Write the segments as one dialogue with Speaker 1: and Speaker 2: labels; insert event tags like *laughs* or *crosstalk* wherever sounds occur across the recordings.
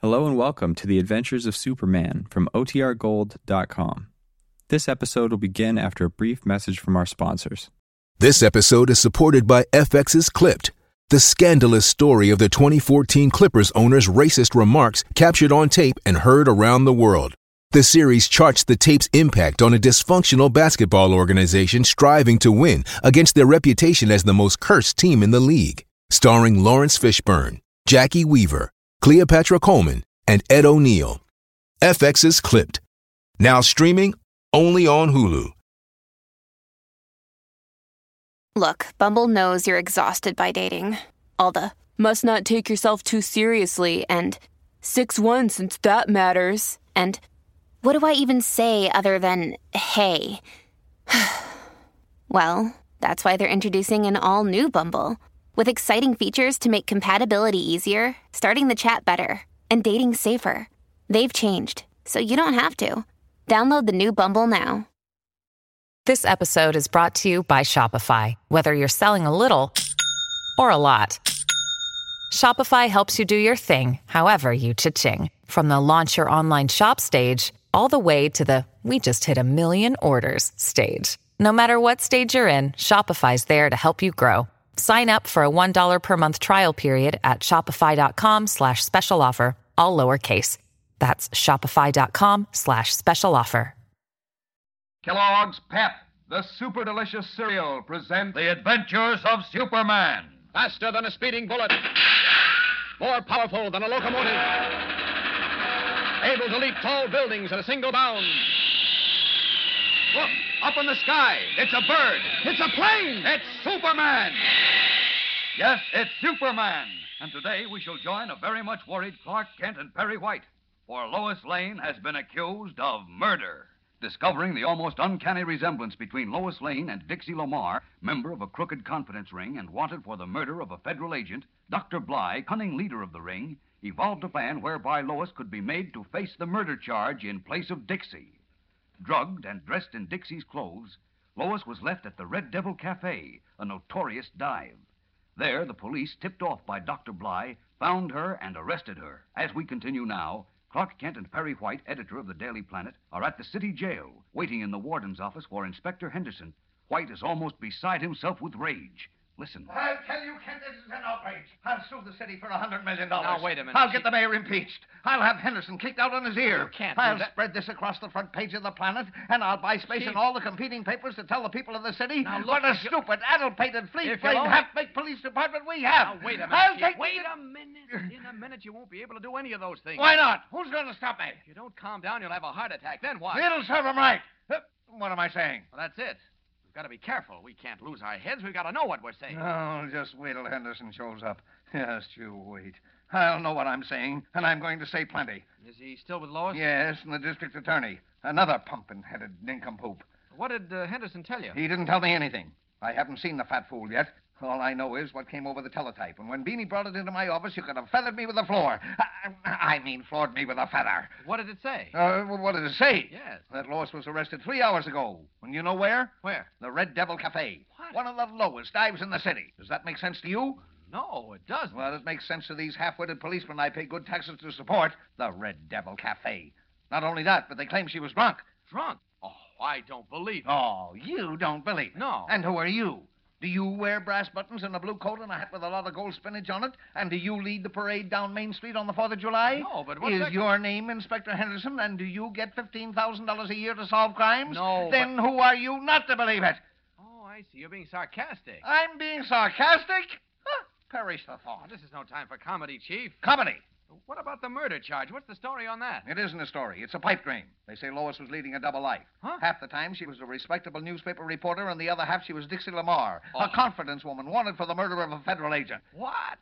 Speaker 1: Hello and welcome to the Adventures of Superman from OTRGold.com. This episode will begin after a brief message from our sponsors.
Speaker 2: This episode is supported by FX's Clipped, the scandalous story of the 2014 Clippers owner's racist remarks captured on tape and heard around the world. The series charts the tape's impact on a dysfunctional basketball organization striving to win against their reputation as the most cursed team in the league. Starring Lawrence Fishburne, Jackie Weaver, Cleopatra Coleman, and Ed O'Neill. FX is clipped. Now streaming only on Hulu.
Speaker 3: Look, Bumble knows you're exhausted by dating. All the must not take yourself too seriously and 6 1 since that matters. And what do I even say other than hey? *sighs* well, that's why they're introducing an all new Bumble with exciting features to make compatibility easier, starting the chat better, and dating safer. They've changed, so you don't have to. Download the new Bumble now.
Speaker 4: This episode is brought to you by Shopify. Whether you're selling a little or a lot, Shopify helps you do your thing, however you cha-ching. From the launch your online shop stage, all the way to the we just hit a million orders stage. No matter what stage you're in, Shopify's there to help you grow. Sign up for a $1 per month trial period at shopify.com slash special offer, all lowercase. That's shopify.com slash special offer.
Speaker 5: Kellogg's Pep, the super delicious cereal, presents The Adventures of Superman. Faster than a speeding bullet, more powerful than a locomotive, able to leap tall buildings in a single bound. Look, up in the sky, it's a bird, it's a plane, it's Superman. Yes, it's Superman. And today we shall join a very much worried Clark Kent and Perry White, for Lois Lane has been accused of murder. Discovering the almost uncanny resemblance between Lois Lane and Dixie Lamar, member of a crooked confidence ring and wanted for the murder of a federal agent, Dr. Bly, cunning leader of the ring, evolved a plan whereby Lois could be made to face the murder charge in place of Dixie. Drugged and dressed in Dixie's clothes, Lois was left at the Red Devil Cafe, a notorious dive. There, the police, tipped off by Dr. Bly, found her and arrested her. As we continue now, Clark Kent and Perry White, editor of the Daily Planet, are at the city jail, waiting in the warden's office for Inspector Henderson. White is almost beside himself with rage. Listen.
Speaker 6: I'll tell you, Kent, this is an outrage. I'll sue the city for a hundred million dollars.
Speaker 7: Now, wait a minute.
Speaker 6: I'll get the mayor impeached. I'll have Henderson kicked out on his ear.
Speaker 7: You can't do
Speaker 6: I'll
Speaker 7: that.
Speaker 6: spread this across the front page of the Planet, and I'll buy space in
Speaker 7: Chief.
Speaker 6: all the competing papers to tell the people of the city
Speaker 7: Now, look,
Speaker 6: what a
Speaker 7: if you-
Speaker 6: stupid, addle-pated,
Speaker 7: If
Speaker 6: fleet-brained,
Speaker 7: you'll only-
Speaker 6: half-baked police department we have.
Speaker 7: Now, wait a minute.
Speaker 6: I'll
Speaker 7: Chief.
Speaker 6: take
Speaker 7: wait
Speaker 6: the-
Speaker 7: a minute. In a minute, you won't be able to do any of those things.
Speaker 6: Why not? Who's going to stop me?
Speaker 7: If you don't calm down, you'll have a heart attack. Then what?
Speaker 6: It'll serve 'em right. Uh, What am I saying?
Speaker 7: Well, that's it. We've got to be careful. We can't lose our heads. We've got to know what we're saying.
Speaker 6: Oh, just wait till Henderson shows up. Just you wait. I'll know what I'm saying, and I'm going to say plenty.
Speaker 7: Is he still with Lois?
Speaker 6: Yes, and the district attorney. Another pumpkin-headed nincompoop.
Speaker 7: What did uh, Henderson tell you?
Speaker 6: He didn't tell me anything. I haven't seen the fat fool yet. All I know is what came over the teletype. And when Beanie brought it into my office, you could have feathered me with a floor. I, I mean, floored me with a feather.
Speaker 7: What did it say?
Speaker 6: Uh, what did it say?
Speaker 7: Yes.
Speaker 6: That Lois was arrested three hours ago. And you know where?
Speaker 7: Where?
Speaker 6: The Red Devil Cafe.
Speaker 7: What?
Speaker 6: One of the lowest dives in the city. Does that make sense to you?
Speaker 7: No, it doesn't.
Speaker 6: Well, it makes sense to these half-witted policemen I pay good taxes to support. The Red Devil Cafe. Not only that, but they claim she was drunk.
Speaker 7: Drunk. Oh, I don't believe it.
Speaker 6: Oh, you don't believe me.
Speaker 7: No.
Speaker 6: And who are you? Do you wear brass buttons and a blue coat and a hat with a lot of gold spinach on it? And do you lead the parade down Main Street on the 4th of July?
Speaker 7: No, but what's
Speaker 6: Is
Speaker 7: that-
Speaker 6: your name Inspector Henderson, and do you get $15,000 a year to solve crimes?
Speaker 7: No, but-
Speaker 6: Then who are you not to believe it?
Speaker 7: Oh, I see. You're being sarcastic.
Speaker 6: I'm being sarcastic? Huh, perish the
Speaker 7: Oh,
Speaker 6: thought.
Speaker 7: this is no time for comedy, Chief.
Speaker 6: Comedy.
Speaker 7: What about the murder charge? What's the story on that?
Speaker 6: It isn't a story. It's a pipe dream. They say Lois was leading a double life.
Speaker 7: Huh?
Speaker 6: Half the time she was a respectable newspaper reporter, and the other half she was Dixie Lamar,
Speaker 7: Oh.
Speaker 6: a confidence woman wanted for the murder of a federal agent.
Speaker 7: *laughs* What?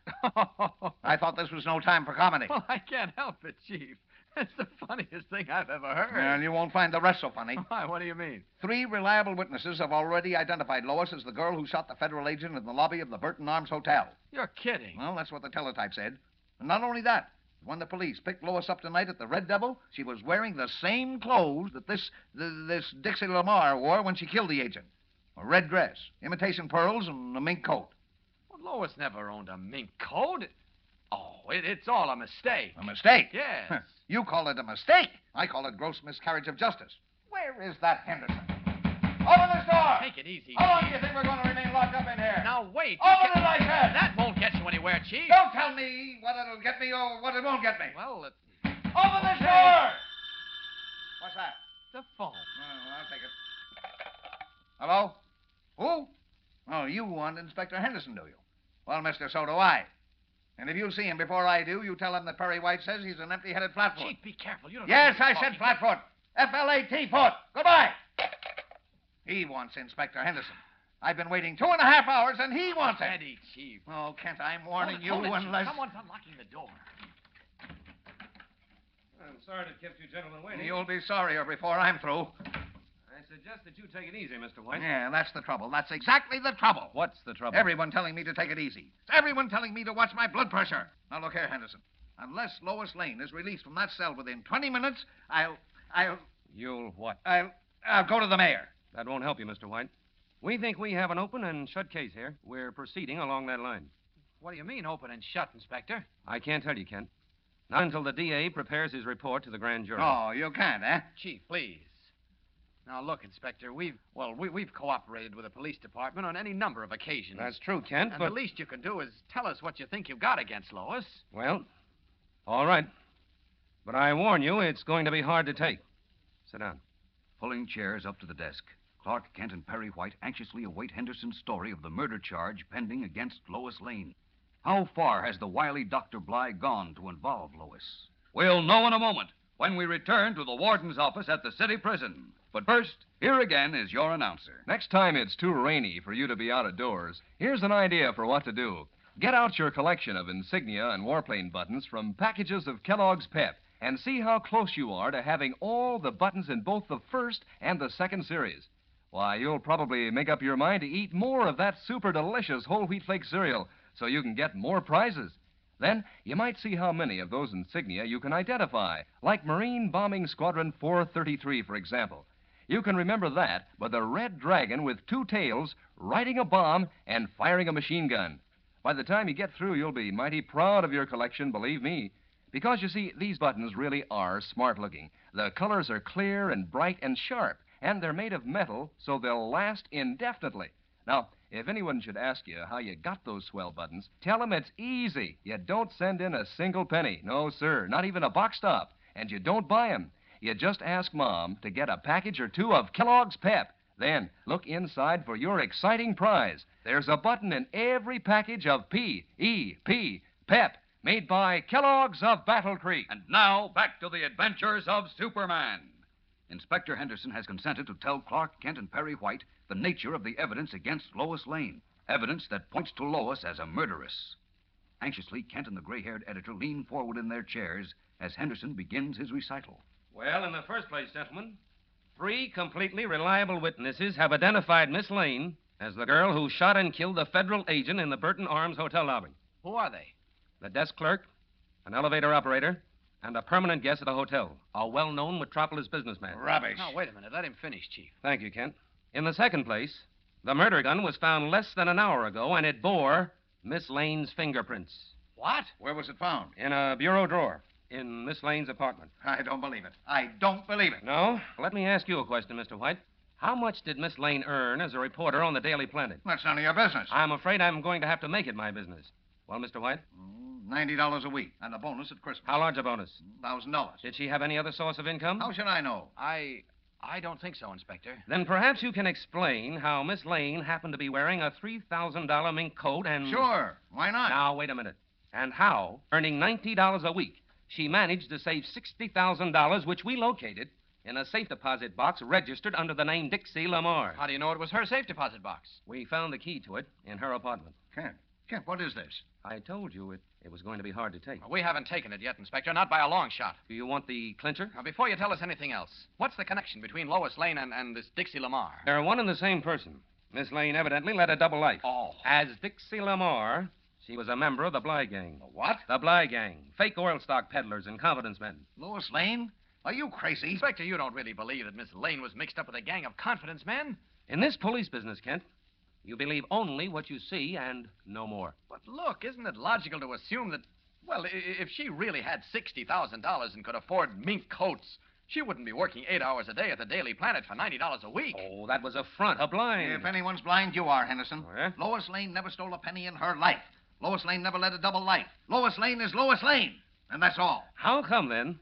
Speaker 6: I thought this was no time for comedy.
Speaker 7: Well, Oh, I can't help it, Chief. That's the funniest thing I've ever
Speaker 6: Well,
Speaker 7: heard.
Speaker 6: you won't find the rest so funny. *laughs*
Speaker 7: Why, what do you mean?
Speaker 6: Three reliable witnesses have already identified Lois as the girl who shot the federal agent in the lobby of the Burton Arms Hotel.
Speaker 7: You're kidding.
Speaker 6: Well, that's what the teletype said. And not only that, when the police picked Lois up tonight at the Red Devil, she was wearing the same clothes that this th- this Dixie Lamar wore when she killed the agent. A red dress, imitation pearls, and a mink coat.
Speaker 7: Well, Lois never owned a mink coat. Oh, It, it's all a mistake.
Speaker 8: A mistake?
Speaker 7: Yes.
Speaker 8: Huh. You call it a mistake. I call it gross miscarriage of justice. Where is that Henderson? Open this door!
Speaker 7: Take it easy.
Speaker 8: How long do you think we're going to remain locked up in here?
Speaker 7: Now wait. you
Speaker 8: Open
Speaker 7: can't-
Speaker 8: it, I said.
Speaker 7: That won't get you anywhere, Chief.
Speaker 8: Don't tell me what it'll get me or what it won't get me.
Speaker 7: Well, it,
Speaker 8: Open this door! What's that?
Speaker 7: the
Speaker 8: Well,
Speaker 7: phone.
Speaker 8: I'll take it. Hello? Who? Oh, you want Inspector Henderson, do you? Well, mister, so do I. And if you see him before I do, you tell him that Perry White says he's an empty headed flatfoot.
Speaker 7: Chief, be careful. You don't. know
Speaker 8: Yes,
Speaker 7: what
Speaker 8: I
Speaker 7: you're
Speaker 8: said
Speaker 7: talking
Speaker 8: flatfoot. F L A T foot. Goodbye. He wants Inspector Henderson. I've been waiting two and a half hours, and he wants it.
Speaker 7: Steady, Chief.
Speaker 8: Oh, Kent, I'm warning
Speaker 7: Hold it,
Speaker 8: you
Speaker 7: hold it, Chief.
Speaker 8: unless.
Speaker 7: Someone's unlocking the door.
Speaker 9: I'm sorry to have kept you gentlemen waiting.
Speaker 8: You'll be sorrier before I'm through.
Speaker 9: I suggest that you take it easy, Mr. White.
Speaker 8: Yeah, that's the trouble. That's exactly the trouble.
Speaker 9: What's the trouble?
Speaker 8: Everyone telling me to take it easy. Everyone telling me to watch my blood pressure. Now look here, Henderson. Unless Lois Lane is released from that cell within 20 minutes, I'll, I'll,
Speaker 9: You'll what?
Speaker 8: I'll, I'll go to the mayor.
Speaker 9: That won't help you, Mr. White. We think we have an open and shut case here. We're proceeding along that line.
Speaker 7: What do you mean, open and shut, Inspector?
Speaker 9: I can't tell you, Kent. Not until the DA prepares his report to the grand jury.
Speaker 8: Oh, you can't, eh?
Speaker 7: Chief, please. Now look, Inspector. We've well, we, we've cooperated with the police department on any number of occasions.
Speaker 9: That's true, Kent,
Speaker 7: And
Speaker 9: but.
Speaker 7: the least you can do is tell us what you think you've got against Lois.
Speaker 9: Well, all right. But I warn you, it's going to be hard to take. Sit down.
Speaker 10: Pulling chairs up to the desk, Clark Kent and Perry White anxiously await Henderson's story of the murder charge pending against Lois Lane. How far has the wily Dr. Bly gone to involve Lois? We'll know in a moment when we return to the warden's office at the city prison. But first, here again is your announcer.
Speaker 6: Next time it's too rainy for you to be out of doors, here's an idea for what to do. Get out your collection of insignia and warplane buttons from packages of Kellogg's Pep and see how close you are to having all the buttons in both the first and the second series. Why, you'll probably make up your mind to eat more of that super delicious whole wheat flake cereal so you can get more prizes. Then you might see how many of those insignia you can identify, like Marine Bombing Squadron 433, for example. You can remember that by the red dragon with two tails riding a bomb and firing a machine gun. By the time you get through, you'll be mighty proud of your collection, believe me. Because you see, these buttons really are smart looking. The colors are clear and bright and sharp, and they're made of metal, so they'll last indefinitely. Now, if anyone should ask you how you got those swell buttons, tell 'em it's easy. You don't send in a single penny. No, sir, not even a box top. And you don't buy 'em. You just ask Mom to get a package or two of Kellogg's Pep. Then look inside for your exciting prize. There's a button in every package of P E P Pep, made by Kellogg's of Battle Creek.
Speaker 10: And now, back to the adventures of Superman. Inspector Henderson has consented to tell Clark Kent and Perry White the nature of the evidence against Lois Lane, evidence that points to Lois as a murderess. Anxiously, Kent and the gray haired editor lean forward in their chairs as Henderson begins his recital.
Speaker 9: Well, in the first place, gentlemen, three completely reliable witnesses have identified Miss Lane as the girl who shot and killed the federal agent in the Burton Arms Hotel lobby.
Speaker 7: Who are they?
Speaker 9: the desk clerk, an elevator operator, and a permanent guest at the hotel, a well known metropolis businessman.
Speaker 8: Rubbish.
Speaker 7: Now wait a minute. Let him finish, Chief.
Speaker 9: Thank you, Kent. In the second place, the murder gun was found less than an hour ago, and it bore Miss Lane's fingerprints
Speaker 7: What?
Speaker 8: Where was it found?
Speaker 9: in a bureau drawer in Miss Lane's apartment.
Speaker 8: I don't believe it. I don't believe it.
Speaker 9: No? Let me ask you a question, Mr. White. How much did Miss Lane earn as a reporter on the Daily Planet?
Speaker 8: That's none of your business.
Speaker 9: I'm afraid I'm going to have to make it my business. Well, Mr. White,
Speaker 8: $90 Mm, a week and a bonus at Christmas.
Speaker 9: how large a bonus?
Speaker 8: $1,000.
Speaker 9: Did she have any other source of income?
Speaker 7: Oh,
Speaker 8: How should I know?
Speaker 7: I I don't think so, Inspector.
Speaker 9: Then perhaps you can explain how Miss Lane happened to be wearing a $3,000 mink coat and.
Speaker 8: Sure. Why not?
Speaker 9: *laughs* Now, wait a minute. And how, earning $90 a week, she managed to save $60,000, which we located in a safe deposit box registered under the name Dixie Lamar.
Speaker 7: How do you know it was her safe deposit box?
Speaker 9: We found the key to it in her apartment.
Speaker 8: Kent. Kent, what is this?
Speaker 9: I told you it, it was going to be hard to take.
Speaker 7: We haven't taken it yet, Inspector, not by a long shot.
Speaker 9: Do you want the clincher?
Speaker 7: Now, before you tell us anything else, what's the connection between Lois Lane and, and this Dixie Lamar?
Speaker 9: They're one and the same person. Miss Lane evidently led a double life.
Speaker 7: Oh.
Speaker 9: As Dixie Lamar, she was a member of the Bly Gang.
Speaker 8: What?
Speaker 9: The Bly Gang, fake oil stock peddlers and confidence men.
Speaker 8: Lois Lane? Are you crazy?
Speaker 7: Inspector, you don't really believe that Miss Lane was mixed up with a gang of confidence men?
Speaker 9: In this police business, Kent, you believe only what you see and no more.
Speaker 7: But look, isn't it logical to assume that. Well, i- i- if she really had $60,000 and could afford mink coats, she wouldn't be working eight hours a day at the Daily Planet for $90 a week.
Speaker 6: Oh, that was a front, a blind.
Speaker 11: If anyone's blind, you are, Henderson.
Speaker 7: Oh,
Speaker 6: Yeah?
Speaker 11: Lois Lane never stole a penny in her life. Lois Lane never led a double life. Lois Lane is Lois Lane, and that's all.
Speaker 6: How come then?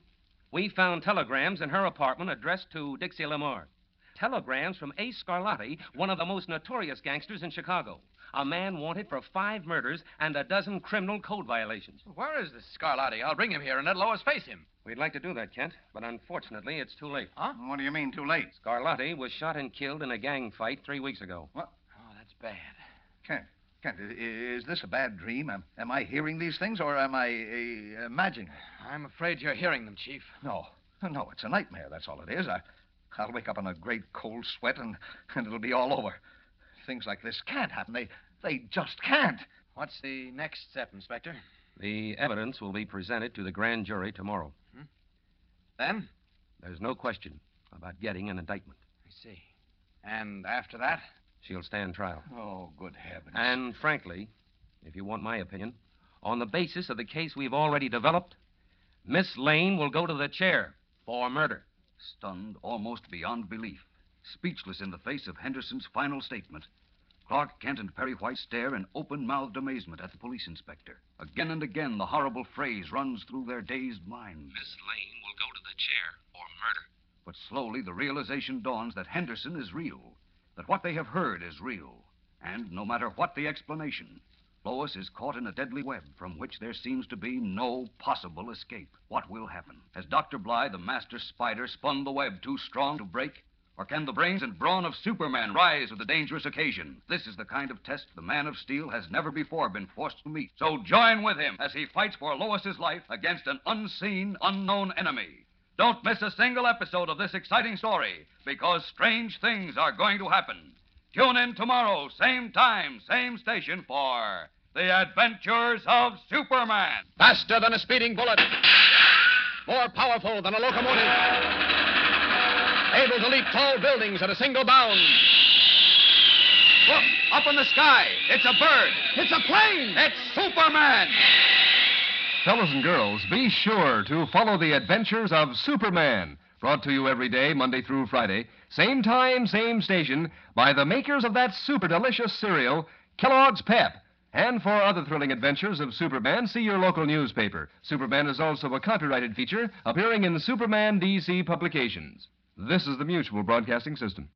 Speaker 6: We found telegrams in her apartment addressed to Dixie Lamar. Telegrams from Ace Scarlatti, one of the most notorious gangsters in Chicago. A man wanted for five murders and a dozen criminal code violations.
Speaker 7: Where is this Scarlatti? I'll bring him here and let Lois face him.
Speaker 6: We'd like to do that, Kent, but unfortunately, it's too late.
Speaker 11: What do you mean, too late?
Speaker 6: Scarlatti was shot and killed in a gang fight three weeks ago.
Speaker 7: Oh, that's bad.
Speaker 11: Kent, Kent, i- i- is this a bad dream? Am, am I hearing these things, or am I uh, imagining? it?
Speaker 7: I'm afraid you're hearing them, Chief.
Speaker 11: No, no, it's a nightmare. That's all it is. I, I'll wake up in a great cold sweat, and, and it'll be all over. Things like this can't happen. They, they just can't.
Speaker 7: What's the next step, Inspector?
Speaker 6: The evidence will be presented to the grand jury tomorrow.
Speaker 7: Then?
Speaker 6: There's no question about getting an indictment.
Speaker 7: I see. And after that?
Speaker 6: She'll stand trial.
Speaker 11: Oh, good heavens!
Speaker 6: And frankly, if you want my opinion, on the basis of the case we've already developed, Miss Lane will go to the chair for murder.
Speaker 12: Stunned almost beyond belief, speechless in the face of Henderson's final statement, Clark Kent and Perry White stare in open mouthed amazement at the police inspector. Again and again, the horrible phrase runs through their dazed minds.
Speaker 6: Miss Lane will go to the chair for murder.
Speaker 12: But slowly, the realization dawns that Henderson is real, that what they have heard is real. And no matter what the explanation, Lois is caught in a deadly web from which there seems to be no possible escape. What will happen? Has Dr. Bly, the master spider, spun the web too strong to break? Or can the brains and brawn of Superman rise to the dangerous occasion? This is the kind of test the Man of Steel has never before been forced to meet. So join with him as he fights for Lois's life against an unseen, unknown enemy. Don't miss a single episode of this exciting story because strange things are going to happen. Tune in tomorrow, same time, same station for The Adventures of Superman.
Speaker 7: Faster than a speeding bullet. More powerful than a locomotive. Able to leap tall buildings at a single bound.
Speaker 13: Look, up in the sky. It's a bird. It's a plane. It's Superman.
Speaker 14: Fellows and girls, be sure to follow the adventures of Superman, brought to you every day, Monday through Friday, same time, same station, by the makers of that super delicious cereal, Kellogg's Pep. And for other thrilling adventures of Superman, see your local newspaper. Superman is also a copyrighted feature appearing in Superman DC publications. This is the Mutual Broadcasting System.